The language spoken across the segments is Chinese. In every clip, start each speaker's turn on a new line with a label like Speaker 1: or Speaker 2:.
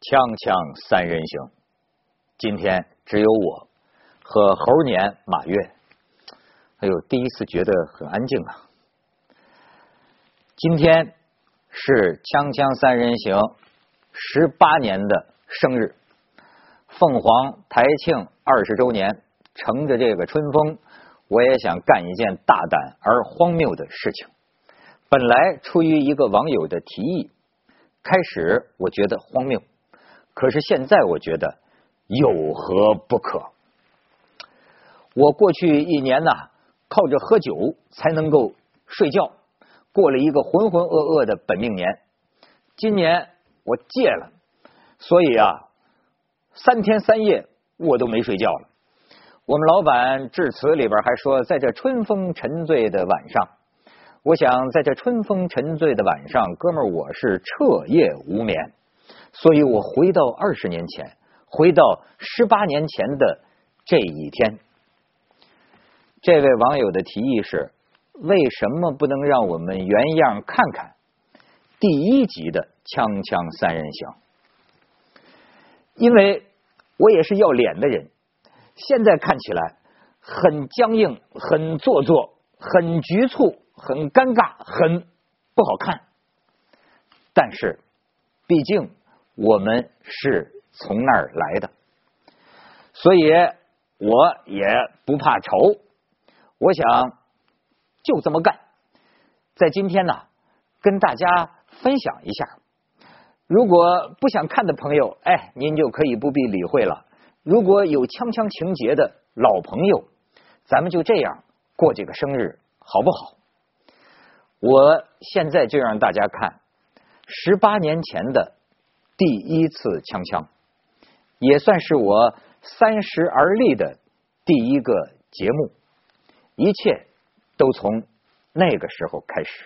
Speaker 1: 锵锵三人行，今天只有我和猴年马月。哎呦，第一次觉得很安静啊！今天是锵锵三人行十八年的生日，凤凰台庆二十周年。乘着这个春风，我也想干一件大胆而荒谬的事情。本来出于一个网友的提议，开始我觉得荒谬，可是现在我觉得有何不可？我过去一年呐、靠着喝酒才能够睡觉，过了一个浑浑噩噩的本命年。今年我戒了，所以啊，三天三夜我都没睡觉了。我们老板致辞里边还说，在这春风沉醉的晚上，我想在这春风沉醉的晚上，哥们儿我是彻夜无眠，所以我回到二十年前，回到十八年前的这一天。这位网友的提议是：为什么不能让我们原样看看第一集的《锵锵三人行》？因为我也是要脸的人，现在看起来很僵硬、很做作、很局促、很尴尬、很不好看。但是，毕竟我们是从那儿来的，所以我也不怕愁。我想就这么干，在今天呢，跟大家分享一下。如果不想看的朋友，哎，您就可以不必理会了。如果有锵锵情节的老朋友，咱们就这样过这个生日，好不好？我现在就让大家看十八年前的第一次锵锵，也算是我三十而立的第一个节目。一切都从那个时候开始。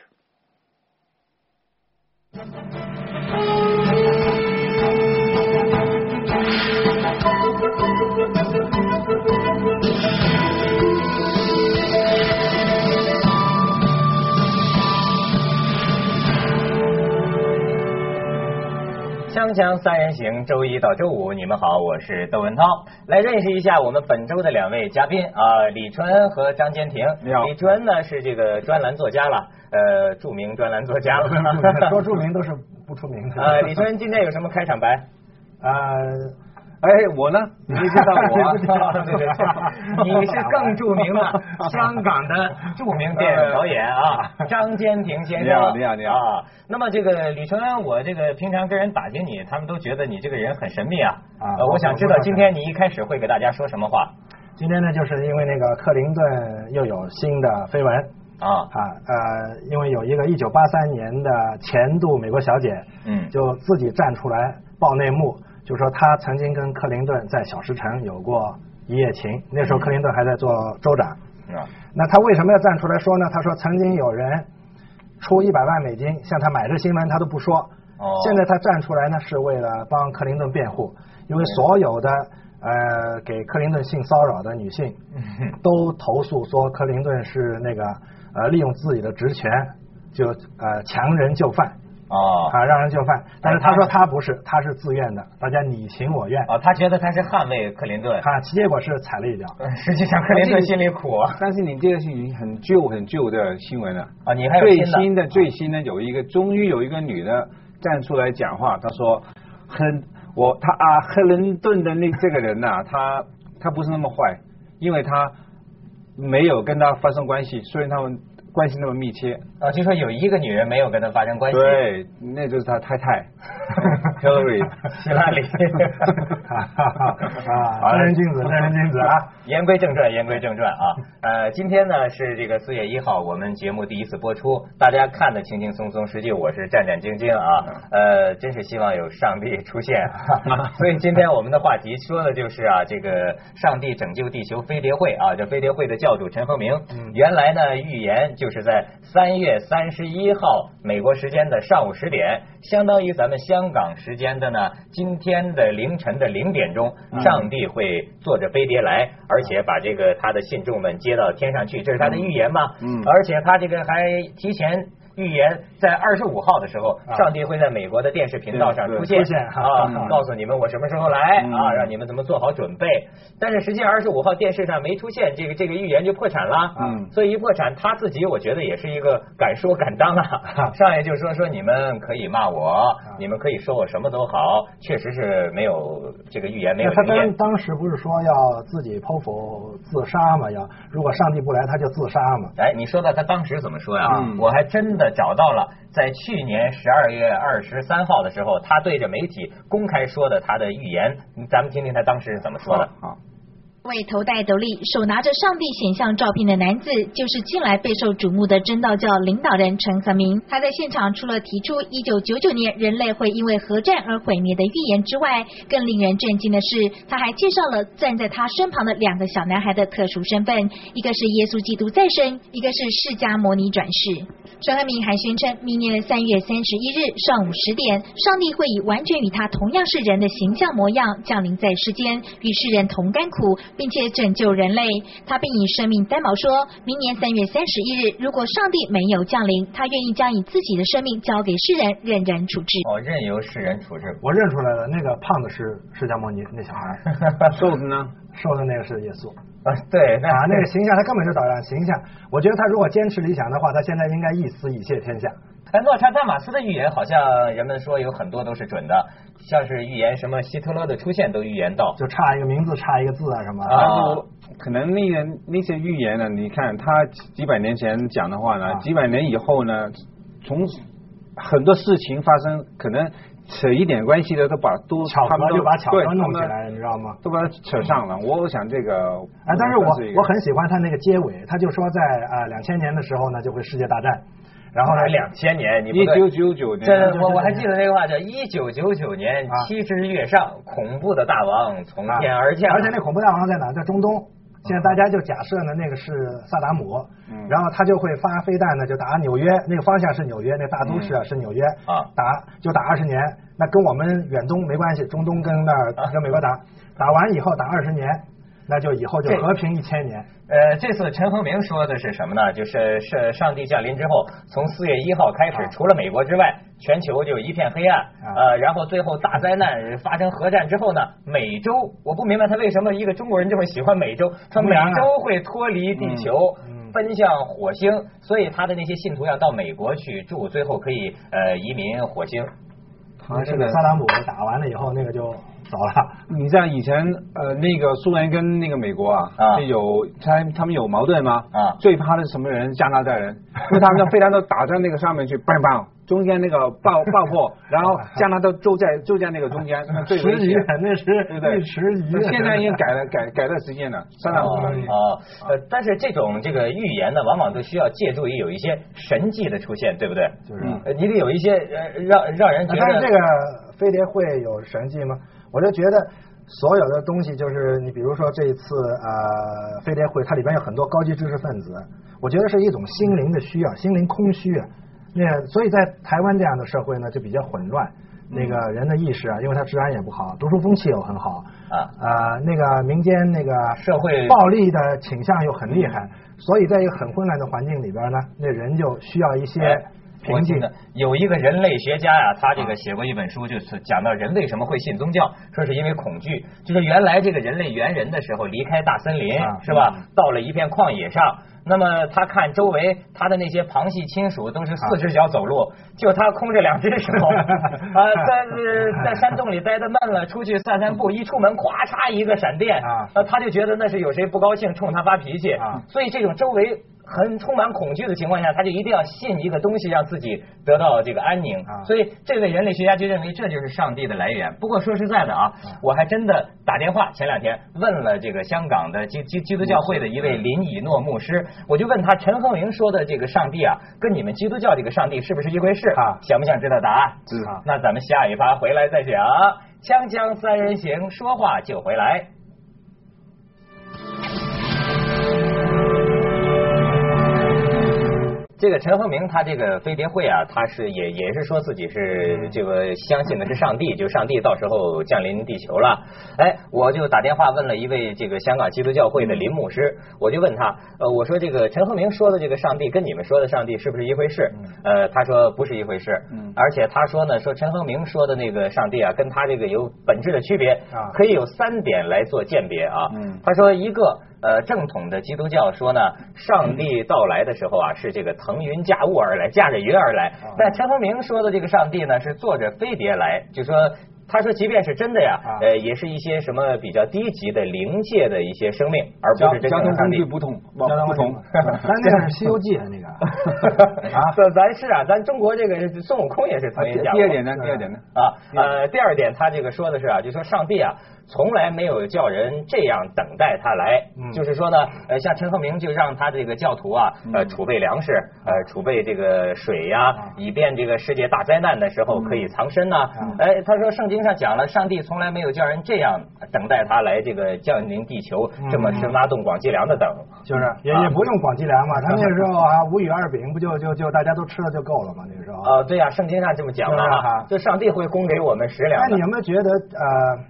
Speaker 2: 锵锵三人行，周一到周五，你们好，我是窦文涛，来认识一下我们本周的两位嘉宾啊、李淳和张坚庭。
Speaker 3: 你好
Speaker 2: 李淳呢是这个专栏作家了，呃，著名专栏作家了。
Speaker 3: 说著名都是不出名的。
Speaker 2: 呃，李淳今天有什么开场白？
Speaker 3: 呃，哎，我 呢？
Speaker 2: 你知道我，对对对， 你是更著名的香港的著名电影导演啊，张坚庭先生。
Speaker 3: 你好你好你好
Speaker 2: 啊，那么这个李淳安，我这个平常跟人打听你，他们都觉得你这个人很神秘啊。
Speaker 3: 啊
Speaker 2: 呃我想知道今天你一开始会给大家说什么话
Speaker 3: 今天呢，就是因为那个克林顿又有新的绯闻
Speaker 2: 啊？
Speaker 3: 啊，呃，因为有一个一九八三年的前度美国小姐，
Speaker 2: 嗯
Speaker 3: 就自己站出来爆内幕，就说她曾经跟克林顿在小石城有过一夜情，那时候克林顿还在做州长。
Speaker 2: 啊
Speaker 3: 那他为什么要站出来说呢？他说曾经有人出一百万美金向他买这新闻，他都不说。
Speaker 2: 哦
Speaker 3: 现在他站出来呢，是为了帮克林顿辩护，因为所有的呃给克林顿性骚扰的女性
Speaker 2: 嗯
Speaker 3: 都投诉说克林顿是那个呃利用自己的职权就呃强人就范
Speaker 2: 哦哎
Speaker 3: 啊让人就范，但是他说他不是，他是自愿的，大家你情我愿
Speaker 2: 哦，他觉得他是捍卫克林顿，
Speaker 3: 啊，结果是踩 了一脚。
Speaker 2: 呃实际上克林顿心里苦啊。
Speaker 4: 但是你这个是已经很旧很旧的新闻了
Speaker 2: 啊你还有新
Speaker 4: 最
Speaker 2: 的
Speaker 4: 新的最新的有一个，终于有一个女的站出来讲话，她说很我她啊克林顿的那这个人呐、他他不是那么坏，因为他没有跟他发生关系，虽然他们关系那么密切，
Speaker 2: 啊，就说有一个女人没有跟他发生关系。
Speaker 4: 对，那就是他太太 Hillary
Speaker 2: 希拉里。
Speaker 3: 哈哈哈！
Speaker 2: 好
Speaker 3: 啊，
Speaker 2: 嘞
Speaker 3: 正人君子，正人君子啊！
Speaker 2: 言归正传，言归正传啊，呃，今天呢是这个四月一号，我们节目第一次播出，大家看的轻轻松松，实际我是战战兢兢啊，呃，真是希望有上帝出现，啊所以今天我们的话题说的就是啊，这个上帝拯救地球飞碟会啊，这飞碟会的教主陈和明，
Speaker 4: 嗯
Speaker 2: 原来呢预言就是在三月三十一号美国时间的上午十点，相当于咱们香港时间的呢今天的凌晨的零点钟，
Speaker 4: 嗯
Speaker 2: 上帝会坐着飞碟来，而且把这个他的信众们接到天上去，这是他的预言嘛？
Speaker 4: 嗯
Speaker 2: 而且他这个还提前。预言在二十五号的时候，
Speaker 3: 啊
Speaker 2: 上帝会在美国的电视频道上
Speaker 4: 对对
Speaker 2: 出现
Speaker 3: 出现
Speaker 2: 啊
Speaker 4: 嗯，
Speaker 2: 告诉你们我什么时候来
Speaker 4: 嗯
Speaker 2: 啊，让你们怎么做好准备。但是实际上二十五号电视上没出现，这个这个预言就破产啦。
Speaker 4: 嗯
Speaker 2: 所以一破产，他自己我觉得也是一个敢说敢当啊。上来就说说你们可以骂我，你们可以说我什么都好，确实是没有这个预言没有
Speaker 3: 那他
Speaker 2: 灵验
Speaker 3: 当。当时不是说要自己剖腹自杀嘛？要如果上帝不来，他就自杀嘛？
Speaker 2: 哎，你说到他当时怎么说呀、
Speaker 4: 嗯
Speaker 2: 我还真的找到了，在去年十二月二十三号的时候，他对着媒体公开说的他的预言，咱们听听他当时是怎么说的。
Speaker 1: 啊
Speaker 4: 好，
Speaker 5: 位头戴斗笠、手拿着上帝显像照片的男子，就是近来备受瞩目的真道教领导人陈和明。他在现场除了提出1999年人类会因为核战而毁灭的预言之外，更令人震惊的是，他还介绍了站在他身旁的两个小男孩的特殊身份，一个是耶稣基督再生，一个是释迦摩尼转世。陈和明还宣称，明年的三月三十一日上午十点，上帝会以完全与他同样是人的形象模样降临在世间，与世人同甘苦，并且拯救人类。他并以生命担保说，明年三月三十一日，如果上帝没有降临，他愿意将以自己的生命交给世人，任人处置。
Speaker 2: 哦，任由世人处置。
Speaker 3: 我认出来了，那个胖的是释迦牟尼那小孩，
Speaker 4: 瘦子呢？
Speaker 3: 瘦的那个是耶稣
Speaker 2: 啊， 对，那
Speaker 3: 啊，那个形象他根本是导演形象。我觉得他如果坚持理想的话，他现在应该一死以谢天下。
Speaker 2: 哎，诺查丹马斯的预言好像人们说有很多都是准的，像是预言什么希特勒的出现都预言到。
Speaker 3: 就差一个名字，差一个字啊什么。
Speaker 2: 啊
Speaker 4: 但是我可能那些那些预言呢，你看他几几百年前讲的话呢，
Speaker 3: 啊
Speaker 4: 几百年以后呢，从很多事情发生，可能扯一点关系的都把都
Speaker 3: 巧
Speaker 4: 他们
Speaker 3: 合
Speaker 4: 都
Speaker 3: 就把巧
Speaker 4: 对
Speaker 3: 合
Speaker 4: 他们
Speaker 3: 弄起来，你知道吗？
Speaker 4: 都把它扯上了。我想这个
Speaker 3: 哎，但是我
Speaker 4: 算一个
Speaker 3: 我很喜欢他那个结尾，他就说在啊两千年的时候呢就会世界大战，然后呢
Speaker 2: 还两千年，你不
Speaker 4: 一
Speaker 2: 对
Speaker 4: 九九九年
Speaker 2: 这我我还记得那个话叫一九九九年
Speaker 3: 啊
Speaker 2: 七之月上，恐怖的大王从天而降。
Speaker 3: 而且那恐怖大王在哪儿？在中东。现在大家就假设呢，那个是萨达姆，
Speaker 4: 嗯
Speaker 3: 然后他就会发飞弹呢，就打纽约，那个方向是纽约，那大都市啊、
Speaker 4: 嗯
Speaker 3: 是纽约，
Speaker 2: 啊
Speaker 3: 打就打二十年，那跟我们远东没关系，中东跟那儿
Speaker 4: 啊
Speaker 3: 跟美国打，打完以后打二十年，那就以后就
Speaker 2: 对
Speaker 3: 和平一千年，
Speaker 2: 呃，这次陈和明说的是什么呢？就是是上帝降临之后，从四月一号开始
Speaker 3: 啊，
Speaker 2: 除了美国之外，全球就一片黑暗。
Speaker 3: 啊
Speaker 2: 呃，然后最后大灾难呃发生核战之后呢，美洲，我不明白他为什么一个中国人就会喜欢美洲，说美洲会脱离地球。
Speaker 3: 嗯嗯
Speaker 2: 奔向火星，所以他的那些信徒要到美国去住，最后可以呃移民火星。
Speaker 4: 好像
Speaker 3: 这
Speaker 4: 是
Speaker 3: 个
Speaker 4: 的
Speaker 3: 萨达姆打完了以后，那个就走了。
Speaker 4: 你像以前呃那个苏联跟那个美国啊，
Speaker 2: 啊
Speaker 4: 就有他他们有矛盾吗？
Speaker 2: 啊
Speaker 4: 最怕的是什么人？加拿大人，因为他们的飞弹都打在那个上面去，棒棒，中间那个爆 爆破，然后加拿大就在就在那个中 间，那最
Speaker 3: 迟
Speaker 4: 危
Speaker 3: 疑
Speaker 4: 险，，
Speaker 3: 那是
Speaker 4: 对不对？
Speaker 3: 那迟疑。
Speaker 4: 那现在已经改了改改了时间了，三两
Speaker 2: 哦
Speaker 4: 分钟
Speaker 2: 哦，呃，但是这种这个预言呢，往往都需要借助于有一些神迹的出现，对不对？
Speaker 3: 就是啊
Speaker 2: 呃你得有一些呃让让人觉
Speaker 3: 那
Speaker 2: 得
Speaker 3: 但是这个飞碟会有神迹吗？我就觉得所有的东西，就是你比如说这一次呃飞碟会，它里边有很多高级知识分子，我觉得是一种心灵的需要，心灵空虚啊。那所以在台湾这样的社会呢，就比较混乱。那个人的意识啊，因为他治安也不好，读书风气又很好，
Speaker 2: 啊
Speaker 3: 呃，那个民间那个
Speaker 2: 社会
Speaker 3: 暴力的倾向又很厉害，
Speaker 2: 嗯
Speaker 3: 所以在一个很混乱的环境里边呢，那人就需要一些
Speaker 2: 哎我
Speaker 3: 平
Speaker 2: 记
Speaker 3: 静。
Speaker 2: 得有一个人类学家呀、他这个写过一本书，就是讲到人为什么会信宗教，说是因为恐惧。就是原来这个人类猿人的时候，离开大森林、
Speaker 3: 啊
Speaker 2: 是吧，到了一片旷野上，那么他看周围，他的那些旁系亲属都是四只脚走路，就他空着两只 手啊，在呃在山洞里待的闷了，出去散散步，一出门咵嚓一个闪电
Speaker 3: 啊
Speaker 2: 呃他就觉得那是有谁不高兴冲他发脾气
Speaker 3: 啊
Speaker 2: 所以这种周围很充满恐惧的情况下，他就一定要信一个东西，让自己得到这个安宁。
Speaker 3: 啊
Speaker 2: 所以这位人类学家就认为这就是上帝的来源。不过说实在的啊，我还真的打电话前两天问了这个香港的基基基督教会的一位林以诺牧师，我就问他陈恒明说的这个上帝啊，跟你们基督教这个上帝是不是一回事？
Speaker 3: 啊
Speaker 2: 想不想知道答案？
Speaker 4: 知道
Speaker 2: 那咱们下一趴回来再讲。锵锵三人行，说话就回来。这个陈和明他这个飞碟会啊，他是也也是说自己是这个相信的是上帝，就上帝到时候降临地球了。哎，我就打电话问了一位这个香港基督教会的林牧师，我就问他，呃，我说这个陈和明说的这个上帝跟你们说的上帝是不是一回事？呃，他说不是一回事，而且他说呢，说陈和明说的那个上帝啊，跟他这个有本质的区别
Speaker 3: 啊，
Speaker 2: 可以有三点来做鉴别啊。
Speaker 4: 嗯
Speaker 2: 他说一个呃正统的基督教说呢，上帝到来的时候啊是这个腾云驾雾而来，驾着云而来。
Speaker 4: 啊
Speaker 2: 但陈和明说的这个上帝呢是坐着飞碟来，就说。他说，即便是真的呀，
Speaker 3: 啊
Speaker 2: 呃，也是一些什么比较低级的灵界的一些生命，而
Speaker 4: 交
Speaker 2: 不是真
Speaker 4: 交
Speaker 2: 正的
Speaker 4: 通
Speaker 2: 上
Speaker 4: 工
Speaker 2: 帝
Speaker 4: 具。不同，不
Speaker 3: 交通
Speaker 4: 不
Speaker 3: 工具
Speaker 4: 同
Speaker 3: 嘛， 但那个是《西游记》 那个啊，
Speaker 2: 咱咱是啊，咱中国这个孙悟空也是腾云驾雾。
Speaker 4: 第二点呢？第二点呢？嗯
Speaker 2: 啊，呃，第二点，他这个说的是啊，就说上帝啊，从来没有叫人这样等待他来，
Speaker 4: 嗯
Speaker 2: 就是说呢，呃，像陈鹤鸣就让他这个教徒啊，
Speaker 4: 嗯
Speaker 2: 呃，储备粮食，呃，储备这个水呀、
Speaker 4: 啊
Speaker 2: 以便这个世界大灾难的时候可
Speaker 4: 嗯
Speaker 2: 以藏身呐、哎，他说圣经上讲了，上帝从来没有叫人这样等待他来这个降临地球，这
Speaker 4: 嗯
Speaker 2: 么深挖洞广积粮的等。
Speaker 3: 就是也
Speaker 2: 啊
Speaker 3: 也不用广积粮嘛，他那时候啊无与二饼不就就就大家都吃了就够了嘛，那时候。
Speaker 2: 啊，对呀、圣经上这么讲了
Speaker 3: 就是
Speaker 2: 啊
Speaker 3: 啊，
Speaker 2: 就上帝会供给我们食粮
Speaker 3: 那
Speaker 2: 的
Speaker 3: 你。有没有觉得呃，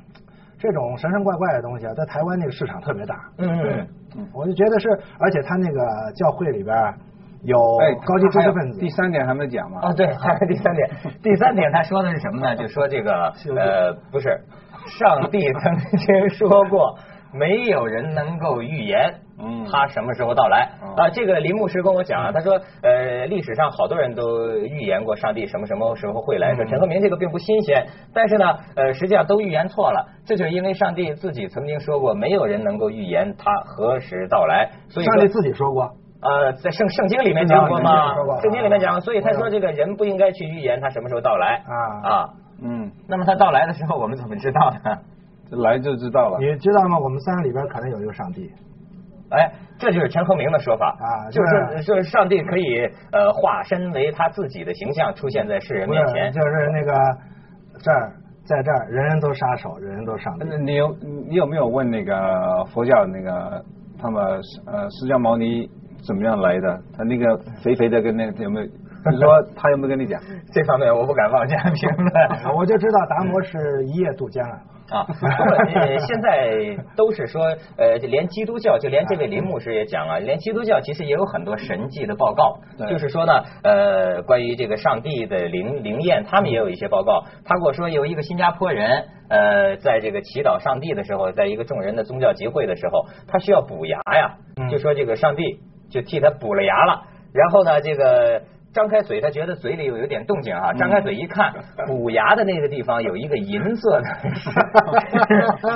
Speaker 3: 这种神神怪怪的东西啊，在台湾那个市场特别大？
Speaker 2: 嗯嗯
Speaker 3: 我就觉得是，而且他那个教会里边儿有
Speaker 4: 哎
Speaker 2: 哎
Speaker 3: 高级知识分子，
Speaker 4: 哦第三点还没讲嘛？
Speaker 2: 哦，对，还是第三点。第三点，他说的是什么呢？就说这个呃，不是，上帝曾经说过，没有人能够预言。
Speaker 4: 嗯
Speaker 2: 他什么时候到来
Speaker 4: 嗯
Speaker 2: 啊？这个林牧师跟我讲啊，他说，呃，历史上好多人都预言过上帝什么什么时候会来，说陈和明这个并不新鲜，但是呢，呃，实际上都预言错了，这就是因为上帝自己曾经说过，没有人能够预言他何时到来，所以说
Speaker 3: 上帝自己说过，
Speaker 2: 呃，在圣圣经里面讲过嘛
Speaker 3: 圣经里面说过，
Speaker 2: 圣经里面讲，所以他说这个人不应该去预言他什么时候到来
Speaker 3: 啊
Speaker 2: 啊。
Speaker 4: 嗯，
Speaker 2: 那么他到来的时候，我们怎么知道呢？
Speaker 4: 来就知道了。
Speaker 3: 你知道吗？我们三个里边儿可能有一个上帝，
Speaker 2: 哎，这就是陈和明的说法
Speaker 3: 啊
Speaker 2: 就是就是上帝可以呃化身为他自己的形象出现在世人
Speaker 3: 不
Speaker 2: 面
Speaker 3: 是
Speaker 2: 前，
Speaker 3: 就是那个这儿在这儿，人人都杀手，人人都上帝。
Speaker 4: 那你有你有没有问那个佛教那个他们呃释迦牟尼怎么样来的？他那个肥肥的跟那个有没有？你说他有没有跟你讲？
Speaker 2: 这方面我不敢妄加评论。
Speaker 3: 啊我就知道达摩是一夜渡江啊，
Speaker 2: 啊，那么呃，现在都是说，呃，就连基督教，就连这位林牧师也讲啊，连基督教其实也有很多神迹的报告，
Speaker 4: 对
Speaker 2: 就是说呢，呃，关于这个上帝的灵灵验，他们也有一些报告。他跟我说，有一个新加坡人，呃，在这个祈祷上帝的时候，在一个众人的宗教集会的时候，他需要补牙呀，就说这个上帝就替他补了牙了，然后呢，这个。张开嘴，他觉得嘴里有有点动静哈、啊张开嘴一看，补牙的那个地方有一个银色的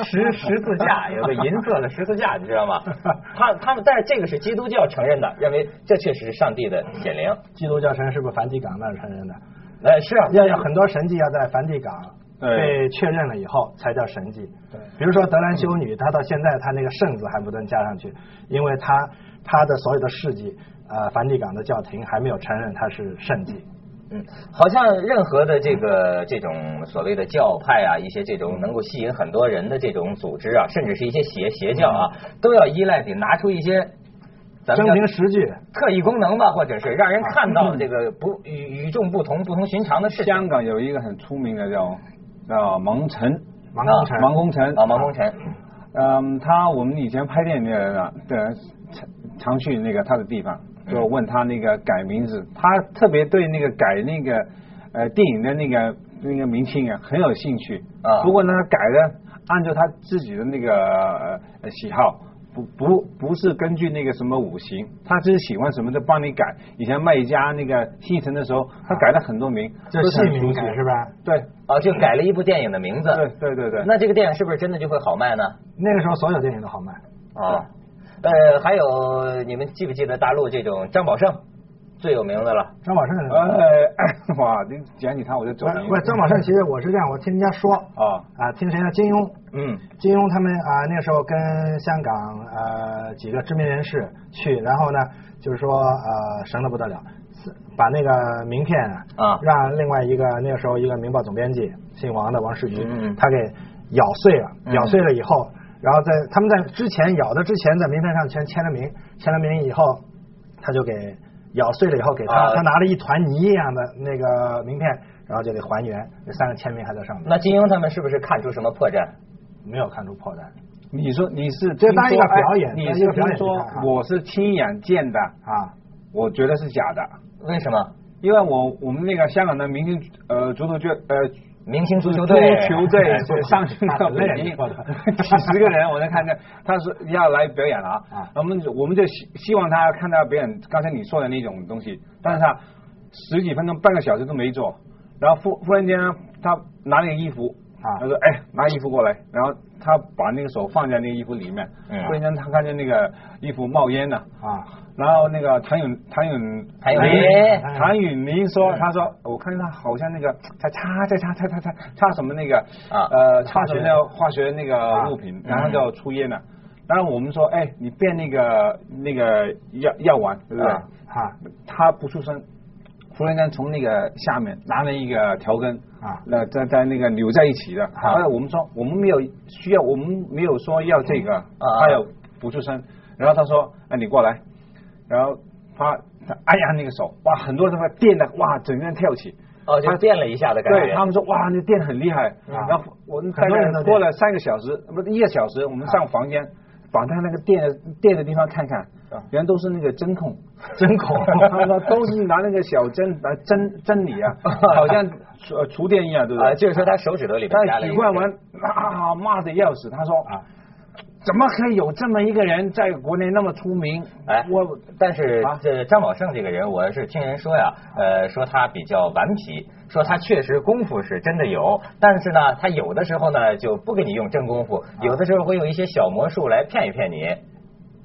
Speaker 2: 十十字架，有个银色的十字架，你知道吗？他他们，但是这个是基督教承认的，认为这确实是上帝的显灵。
Speaker 3: 基督教神是不是梵蒂冈那儿承认的？
Speaker 2: 呃，是啊，
Speaker 3: 要有很多神迹要在梵蒂冈
Speaker 4: 对
Speaker 3: 被确认了以后才叫神迹。哎对，比如说德兰修女，她到现在她那个圣字还不能加上去，因为她她的所有的事迹，呃，梵蒂冈的教廷还没有承认她是圣迹。
Speaker 2: 嗯，好像任何的这个这种所谓的教派啊，一些这种能够吸引很多人的这种组织啊，甚至是一些邪邪教啊，都要依赖得拿出一些咱们
Speaker 3: 真
Speaker 2: 叫
Speaker 3: 凭实据，
Speaker 2: 特异功能吧，或者是让人看到这个不与与众不同、不同寻常的事情。
Speaker 4: 香港有一个很出名的叫叫蒙尘，
Speaker 3: 王功臣，
Speaker 4: 王功臣
Speaker 2: 啊，王功臣，
Speaker 4: 嗯，他我们以前拍电影的人啊，对，常常去那个他的地方，
Speaker 3: 嗯
Speaker 4: 就问他那个改名字，他特别对那个改那个呃电影的那个那个明星啊很有兴趣。
Speaker 2: 啊
Speaker 4: 不过呢，改的按照他自己的那个呃喜好。不不不是根据那个什么五行，他只是喜欢什么就帮你改。以前卖家那个新城的时候，他改了很多名，
Speaker 3: 就
Speaker 4: 都是
Speaker 3: 姓
Speaker 4: 很
Speaker 3: 名
Speaker 4: 熟
Speaker 3: 改
Speaker 4: 悉
Speaker 3: 是吧？
Speaker 4: 对
Speaker 2: 啊，就改了一部电影的名字。
Speaker 4: 对对对对。
Speaker 2: 那这个电影是不是真的就会好卖呢？
Speaker 3: 那个时候所有电影都好卖，
Speaker 2: 啊，呃，还有你们记不记得大陆这种张宝胜最有名的了？
Speaker 3: 张宝胜。
Speaker 4: 呃， 哇，你讲起他我就走了。
Speaker 3: 不啊是张宝胜，其实我是这样，我听人家说
Speaker 4: 啊，
Speaker 3: 啊，听谁呢？金庸，
Speaker 2: 嗯
Speaker 3: 金庸他们啊、那时候跟香港呃几个知名人士去，然后呢就是说呃神的不得了，是把那个名片
Speaker 2: 啊
Speaker 3: 让另外一个那个时候一个《明报》总编辑姓王的王世瑜，
Speaker 2: 嗯
Speaker 3: 他给咬碎了，咬碎了以后，然后在他们在之前咬的之前在名片上全签了名，签了名以后他就给咬碎了以后给他，
Speaker 2: 啊
Speaker 3: 他拿了一团泥一样的那个名片，然后就给还原，这三个签名还在上面，
Speaker 2: 那金庸他们是不是看出什么破绽？
Speaker 3: 没有看出破绽。
Speaker 4: 你说你是
Speaker 3: 这
Speaker 4: 听
Speaker 3: 当一
Speaker 4: 说
Speaker 3: 个表
Speaker 4: 哎
Speaker 3: 演
Speaker 4: 你
Speaker 3: 当一
Speaker 4: 是
Speaker 3: 个表
Speaker 4: 听
Speaker 3: 演去
Speaker 4: 说
Speaker 3: 看啊
Speaker 4: 我是亲眼见的，
Speaker 3: 啊，
Speaker 4: 我觉得是假的，
Speaker 2: 为什么？
Speaker 4: 因为我我们那个香港的明星呃足球队呃
Speaker 2: 明星足球
Speaker 4: 足
Speaker 2: 队，
Speaker 4: 球队就上去到北京，几十个人，我在看着他说要来表演了啊
Speaker 3: 啊，
Speaker 4: 我们我们就希希望他看到表演刚才你说的那种东西，但是他十几分钟半个小时都没做，然后忽忽然间他拿那个衣服
Speaker 3: 啊
Speaker 4: 他说哎拿衣服过来，然后他把那个手放在那个衣服里面，
Speaker 2: 嗯
Speaker 4: 忽然间他看见那个衣服冒烟了。
Speaker 3: 啊，
Speaker 4: 然后那个谭咏谭咏
Speaker 2: 谭咏麟哎
Speaker 4: 谭咏麟说，
Speaker 2: 嗯
Speaker 4: 他说我看他好像那个在擦在擦擦擦擦擦什么那个
Speaker 2: 啊
Speaker 4: 呃擦什么那个
Speaker 3: 化
Speaker 4: 化学那个物品
Speaker 2: 嗯，
Speaker 4: 然后就出烟了。然后我们说，哎，你变那个那个药药丸，对不对
Speaker 2: 啊？
Speaker 3: 啊
Speaker 4: 他不出声，忽然间从那个下面拿了一个条根
Speaker 3: 啊
Speaker 4: 那在在那个扭在一起的。
Speaker 2: 啊
Speaker 4: 啊后来我们说我们没有需要，我们没有说要这个，
Speaker 2: 啊
Speaker 4: 他有不出声，然后他说，哎，你过来，然后他他按压那个手，哇，很多地方电的，哇，整个人跳起。
Speaker 2: 哦，就电了一下的感觉。
Speaker 4: 对他们说，哇，那电很厉害。然后我们大
Speaker 3: 很多人
Speaker 4: 概
Speaker 3: 都
Speaker 4: 过了三个小时，不是一个小时，我们上房间，把他那个电的电的地方看看
Speaker 2: 啊，
Speaker 4: 原来都是那个针孔，
Speaker 3: 针孔
Speaker 4: 他们说都是拿那个小针来针针你啊，好像厨呃厨电一样，对不
Speaker 2: 啊，
Speaker 4: 对？
Speaker 2: 就是说他手指头里边加
Speaker 4: 他
Speaker 2: 了一
Speaker 4: 习
Speaker 2: 个
Speaker 4: 惯完啊，骂的要死。他说
Speaker 3: 啊，
Speaker 4: 怎么可以有这么一个人在国内那么出名？
Speaker 2: 哎
Speaker 4: 我
Speaker 2: 但是
Speaker 4: 啊
Speaker 2: 这张宝胜这个人，我是听人说呀，呃，说他比较顽皮，说他确实功夫是真的有，但是呢，他有的时候呢就不给你用真功夫，有的时候会用一些小魔术来骗一骗你。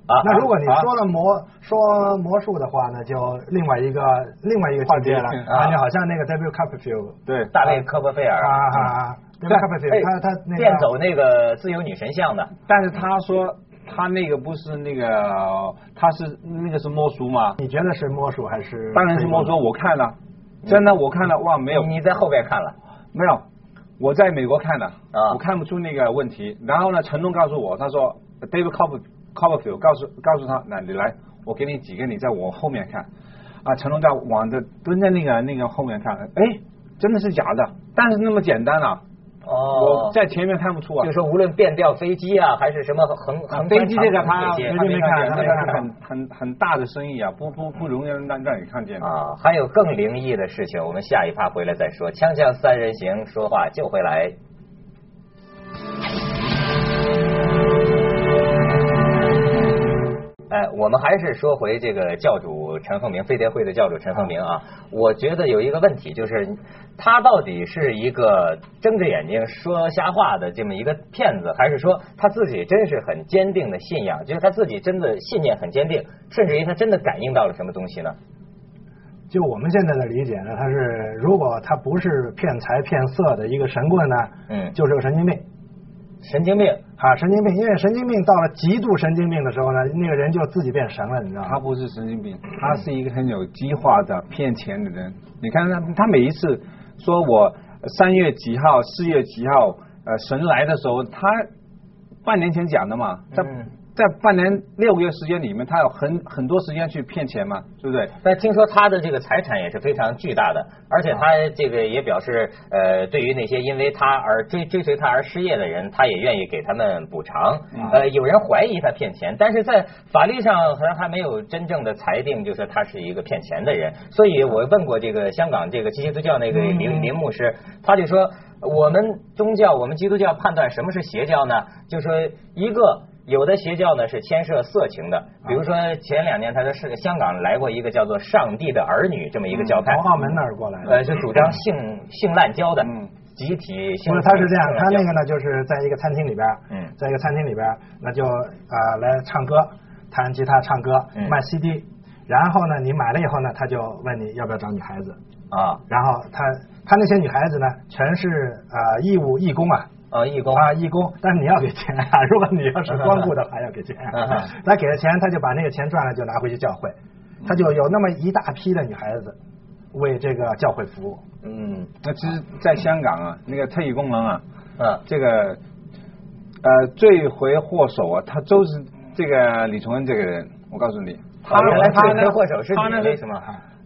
Speaker 2: 啊，
Speaker 3: 那如果你
Speaker 2: 啊
Speaker 3: 说了魔、说魔术的话呢，就另外一个另外一个境界了
Speaker 4: 境，
Speaker 2: 啊
Speaker 3: 啊，就好像那个 W Copperfield
Speaker 4: 对
Speaker 2: 大卫科波菲尔
Speaker 3: 啊啊啊，W
Speaker 4: 哎
Speaker 3: Copperfield，他他那
Speaker 2: 变
Speaker 3: 个
Speaker 2: 走那个自由女神像的，
Speaker 4: 但是他说他那个不是那个，他是那个是摸熟吗？
Speaker 3: 你觉得是魔术还是？
Speaker 4: 当然是摸熟，我看了，真的我看了，哇，没有
Speaker 2: 嗯你在后边看了
Speaker 4: 没有，我在美国看的，
Speaker 2: 啊
Speaker 4: 我看不出那个问题。然后呢，成龙告诉我，他说 David Copper Copperfield 告诉告诉他，那你来，我给你几个，你在我后面看。啊，成龙在往的蹲在那个那个后面看，哎，真的是假的，但是那么简单啊，
Speaker 2: 哦
Speaker 4: 我。在前面看不出啊
Speaker 2: 就是。说，无论变调飞机啊，还是什么横
Speaker 4: 啊
Speaker 2: 横
Speaker 4: 飞机这个
Speaker 2: 穿长
Speaker 4: 他
Speaker 2: 城这些
Speaker 3: 飞机没看
Speaker 4: 那
Speaker 3: 他
Speaker 4: 个
Speaker 3: 没看
Speaker 4: 是很很很大的生意啊，不不不容易让让你看见的。
Speaker 2: 啊，还有更灵异的事情，我们下一趴回来再说。锵锵三人行，说话就会来。哎，我们还是说回这个教主陈凤鸣，飞碟会的教主陈凤鸣啊，我觉得有一个问题，就是他到底是一个睁着眼睛说瞎话的这么一个骗子，还是说他自己真是很坚定的信仰，就是他自己真的信念很坚定，甚至于他真的感应到了什么东西呢？
Speaker 3: 就我们现在的理解呢，他是如果他不是骗财骗色的一个神棍呢，
Speaker 2: 嗯
Speaker 3: 就是个神经病
Speaker 2: 神经病
Speaker 3: 啊，神经病，因为神经病到了极度神经病的时候呢，那个人就自己变神了，你
Speaker 2: 啊
Speaker 3: 知道
Speaker 4: 他
Speaker 3: 吗？
Speaker 4: 不是神经病，他是一个很有计划的骗钱的人。你看他，他每一次说我呃三月几号、四月几号，呃，神来的时候，他半年前讲的嘛，在、
Speaker 2: 嗯
Speaker 4: 在半年六个月时间里面，他有很很多时间去骗钱嘛，对不对？
Speaker 2: 但听说他的这个财产也是非常巨大的，而且他这个也表示，呃，对于那些因为他而追追随他而失业的人，他也愿意给他们补偿。呃，有人怀疑他骗钱，但是在法律上好像还没有真正的裁定，就是他是一个骗钱的人。所以我问过这个香港这个基督教那个林林牧师，他就说，我们宗教，我们基督教判断什么是邪教呢？就说一个。有的邪教呢是牵涉色情的，比如说前两年他在是香港来过一个叫做“上帝的儿女”这么一个教派，
Speaker 3: 从澳嗯门那儿过来的。
Speaker 2: 呃，是主张性性滥交的
Speaker 4: 嗯，
Speaker 2: 集体性。
Speaker 3: 不是，他是这样，他那
Speaker 2: 性
Speaker 3: 个
Speaker 2: 滥
Speaker 3: 呢，就是在一个餐厅里边，
Speaker 2: 嗯
Speaker 3: 在一个餐厅里边，那就呃来唱歌，弹吉他唱歌
Speaker 2: 嗯，
Speaker 3: 卖 CD，然后呢，你买了以后呢，他就问你要不要找女孩子，
Speaker 2: 交啊
Speaker 3: 然后他他那些女孩子呢，全是呃义务义工啊，
Speaker 2: 啊，义工
Speaker 3: 啊，义工，但是你要给钱啊！如果你要是光顾的话，要给钱
Speaker 2: 嗯嗯。
Speaker 3: 他给了钱，他就把那个钱赚了就拿回去教会，他就有那么一大批的女孩子为这个教会服务。
Speaker 2: 嗯
Speaker 4: 那其实，在香港啊，那个特异功能啊，
Speaker 2: 嗯
Speaker 4: 这个呃罪魁祸首啊，他都是这个李崇恩这个人。我告诉你，他
Speaker 2: 哦原来
Speaker 4: 他
Speaker 2: 罪魁
Speaker 4: 那
Speaker 2: 祸首是
Speaker 4: 他
Speaker 2: 你
Speaker 4: 那
Speaker 2: 为
Speaker 4: 是
Speaker 2: 什么？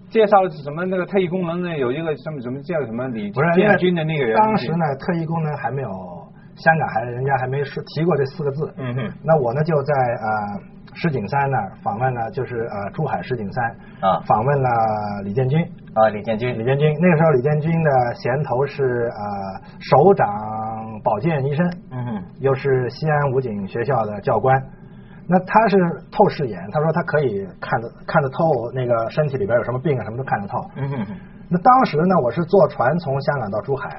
Speaker 4: 介绍什么那个特异功能呢？有一个什么什么叫什么李
Speaker 3: 不是因
Speaker 4: 建
Speaker 3: 为
Speaker 4: 军的那个人，
Speaker 3: 当时呢，特异功能还没有，香港还人家还没说提过这四个字。
Speaker 2: 嗯哼，
Speaker 3: 那我呢就在呃石景山那儿访问了，就是呃珠海石景山
Speaker 2: 啊
Speaker 3: 访问了李建军。
Speaker 2: 啊，李建军
Speaker 3: 李建军那个时候，李建军的衔头是呃首长保健医生，
Speaker 2: 嗯哼，
Speaker 3: 又是西安武警学校的教官。那他是透视眼，他说他可以看得看得透那个身体里边有什么病啊，什么都看得透。
Speaker 2: 嗯哼，
Speaker 3: 那当时呢，我是坐船从香港到珠海，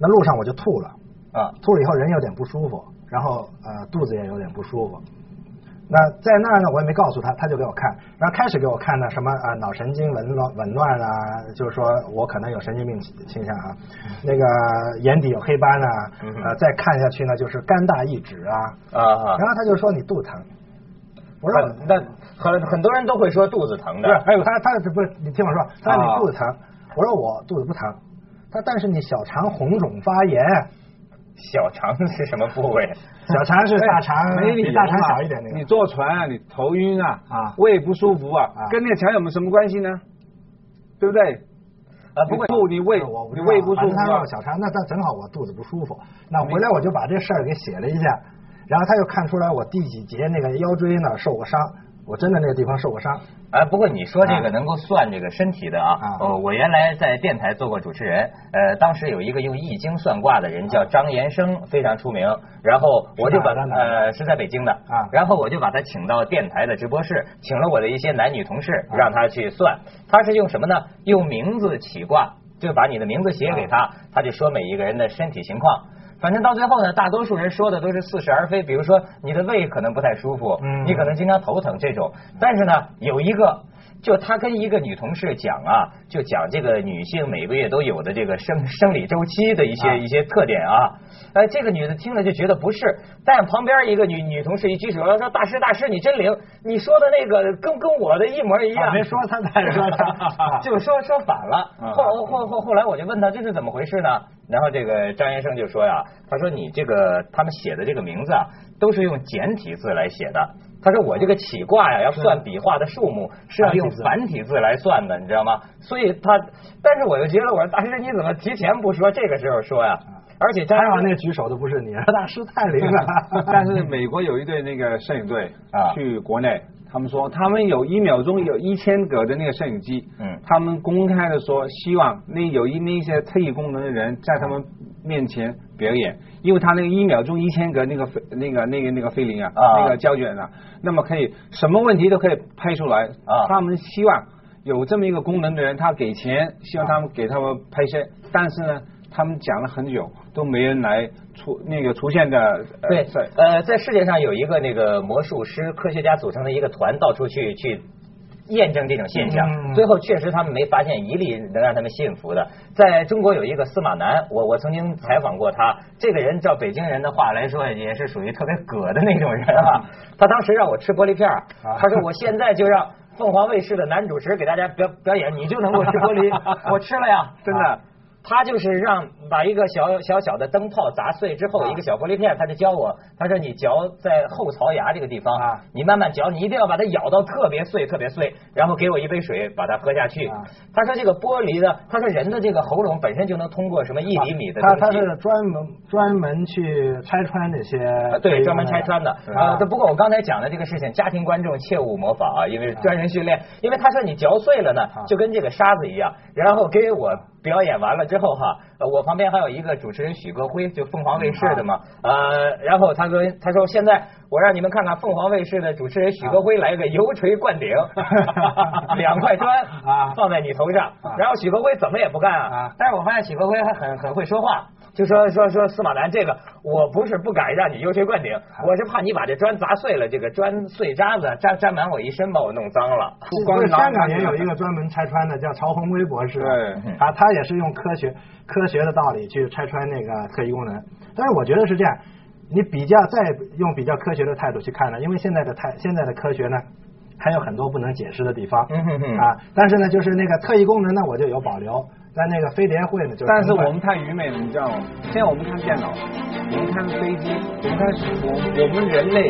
Speaker 3: 那路上我就吐了，
Speaker 2: 啊，
Speaker 3: 吐了以后人有点不舒服，然后呃肚子也有点不舒服。那在那儿呢，我也没告诉他，他就给我看，然后开始给我看呢什么啊、脑神经紊乱紊乱啊，就是说我可能有神经病倾倾向啊，那个眼底有黑斑啊
Speaker 2: 嗯，哼
Speaker 3: 呃再看下去呢就是肝大一指啊，
Speaker 2: 啊啊
Speaker 3: 然后他就说你肚疼，我说
Speaker 2: 那那很很多人都会说肚子疼的，
Speaker 3: 不是，啊他他不是你听我说，他说
Speaker 4: 啊
Speaker 3: 你肚子疼，我说我肚子不疼，他但是你小肠红肿发炎，
Speaker 2: 小肠是什么部位？
Speaker 3: 小肠 是大肠，
Speaker 4: 哎没理
Speaker 3: 比
Speaker 4: 由
Speaker 3: 大肠
Speaker 4: 嘛
Speaker 3: 小一点那
Speaker 4: 你
Speaker 3: 个，
Speaker 4: 坐船啊，你头晕啊，
Speaker 3: 啊
Speaker 4: 胃不舒服啊，
Speaker 3: 啊
Speaker 4: 跟那墙有没有什么关系呢？对不对？
Speaker 2: 啊，不过
Speaker 4: 你吐你胃
Speaker 3: 我呃不
Speaker 4: 你
Speaker 3: 知道
Speaker 4: 胃不舒
Speaker 3: 反
Speaker 4: 服
Speaker 3: 正他
Speaker 4: 啊
Speaker 3: 让我，小肠，那那正好我肚子不舒服，那回来我就把这事儿给写了一下，然后他又看出来我第几节那个腰椎呢受过伤，我真的那个地方受过伤，
Speaker 2: 哎，不过你说这个
Speaker 3: 啊
Speaker 2: 能够算这个身体的啊
Speaker 3: 啊，
Speaker 2: 呃，我原来在电台做过主持人，呃，当时有一个用易经算卦的人叫张延生，非常出名。然后我就把他
Speaker 3: 啊是哪儿的
Speaker 2: 呃是在北京的
Speaker 3: 啊
Speaker 2: 然后我就把他请到电台的直播室，请了我的一些男女同
Speaker 3: 啊
Speaker 2: 事，让他去算。他是用什么呢？用名字起卦，就把你的名字写给
Speaker 3: 啊
Speaker 2: 他，他就说每一个人的身体情况。反正到最后呢，大多数人说的都是似是而非。比如说，你的胃可能不太舒服，
Speaker 3: 嗯
Speaker 2: 你可能经常头疼这种。但是呢，有一个，就他跟一个女同事讲啊，就讲这个女性每个月都有的这个生生理周期的一些、
Speaker 3: 啊
Speaker 2: 一些特点啊。哎，这个女的听了就觉得不是，但旁边一个女女同事一举手说：“大师，大师，你真灵！你说的那个跟跟我的一模一样。，
Speaker 3: 啊没说他 再说 他
Speaker 2: 就说说反了。
Speaker 4: 嗯，
Speaker 2: 后后后后来我就问他这是怎么回事呢？然后这个张先生就说呀，他说你这个他们写的这个名字啊，都是用简体字来写的。他说我这个起卦呀，要算笔画的数目是要用繁体字来算的，你知道吗？所以他，但是我又觉得我说大师你怎么提前不说，这个时候说呀？而且张
Speaker 3: 还好
Speaker 2: 先
Speaker 3: 那
Speaker 2: 生
Speaker 3: 个举手的不是你，大师太灵了
Speaker 4: 但是美国有一队那个摄影队
Speaker 2: 啊
Speaker 4: 去国内，他们说他们有一秒钟有一千个的那个摄影机，
Speaker 2: 嗯
Speaker 4: 他们公开的说希望那有一那些特异功能的人在他们面前表演，因为他那个一秒钟一千个那个飞那个那个那个飞灵啊，
Speaker 2: 啊
Speaker 4: 那个胶卷啊，那么可以什么问题都可以拍出来，
Speaker 2: 啊
Speaker 4: 他们希望有这么一个功能的人，他给钱，希望他们给他们拍摄，但是呢。他们讲了很久，都没人来出那个出现的。呃
Speaker 2: 对
Speaker 4: 在，
Speaker 2: 呃，在世界上有一个那个魔术师、科学家组成的一个团，到处去去验证这种现象。
Speaker 3: 嗯
Speaker 2: 最后确实他们没发现一例能让他们信服的。在中国有一个司马南，我我曾经采访过他。这个人照北京人的话来说，也是属于特别葛的那种人啊。他当时让我吃玻璃片儿，他说我现在就让。凤凰卫视的男主持给大家表表演，你就能够吃玻 璃，我吃了呀，
Speaker 4: 真的
Speaker 2: 啊他就是让把一个小小小的灯泡砸碎之
Speaker 3: 啊
Speaker 2: 后，一个小玻璃片，他就教我，他说你嚼在后槽牙这个地方，
Speaker 3: 啊
Speaker 2: 你慢慢嚼，你一定要把它咬到特别碎、特别碎，然后给我一杯水把它喝下去。
Speaker 3: 啊
Speaker 2: 他说这个玻璃的，他说人的这个喉咙本身就能通过什么一厘米的
Speaker 3: 他他
Speaker 2: 东西
Speaker 3: 是专门专门去拆穿那些
Speaker 2: 啊，对，专门拆穿的。啊
Speaker 3: 啊，
Speaker 2: 但不过我刚才讲的这个事情，家庭观众切勿模仿啊，因为是专人训练。因为他说你嚼碎了呢，
Speaker 3: 啊
Speaker 2: 就跟这个沙子一样。然后给我表演完了之后哈，呃我旁边还有一个主持人许戈辉，就凤凰卫视的嘛，呃，然后他跟他说现在我让你们看看凤凰卫视的主持人许戈辉来个油锤灌顶，两块砖
Speaker 3: 啊
Speaker 2: 放在你头上，然后许戈辉怎么也不干啊
Speaker 3: 啊。
Speaker 2: 但是我发现许戈辉还很很会说话，就说说说司马南这个，我不是不敢让你油锤灌顶，我是怕你把这砖砸碎了，这个砖碎渣子沾沾满我一身，把我弄脏了。
Speaker 4: 不光是
Speaker 3: 香港也有一个专门拆穿的，叫曹宏威博士。
Speaker 4: 对
Speaker 3: 啊，他也是用科学科学的道理去拆穿那个特异功能。但是我觉得是这样，你比较再用比较科学的态度去看呢，因为现在的态现在的科学呢，还有很多不能解释的地方。
Speaker 2: 嗯哼哼
Speaker 3: 啊，但是呢，就是那个特异功能呢，我就有保留。但那个飞碟会呢，就是
Speaker 4: 但是
Speaker 3: 中断
Speaker 4: 我们太愚昧了，你知道吗？现在我们看电脑，我们看飞机，我们看我我们人类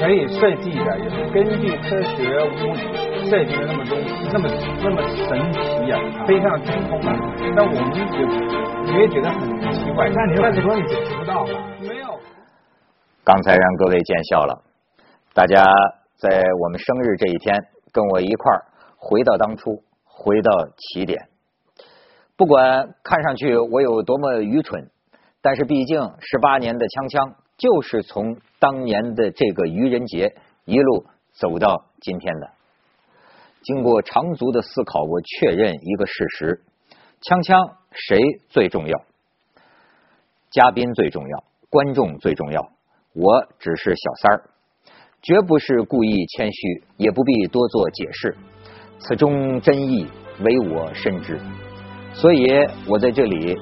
Speaker 4: 可以设计的，也是根据科学物理设计的那么东那么那么神奇啊，非常精通啊。但我们觉你也觉得很奇怪，
Speaker 3: 但你有
Speaker 4: 但
Speaker 3: 很
Speaker 4: 是
Speaker 3: 多你解释不到嘛。
Speaker 4: 没有。
Speaker 1: 刚才让各位见笑了，大家在我们生日这一天跟我一块儿回到当初，回到起点。不管看上去我有多么愚蠢，但是毕竟十八年的锵锵就是从当年的这个愚人节一路走到今天的。经过长足的思考，我确认一个事实：锵锵谁最重要？嘉宾最重要，观众最重要。我只是小三儿，绝不是故意谦虚，也不必多做解释。此中真意，唯我深知。所以我在这里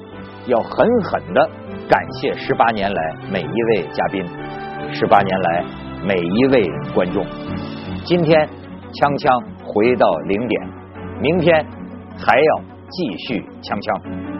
Speaker 1: 要狠狠的感谢十八年来每一位嘉宾，十八年来每一位观众。今天锵锵回到零点，明天还要继续锵锵。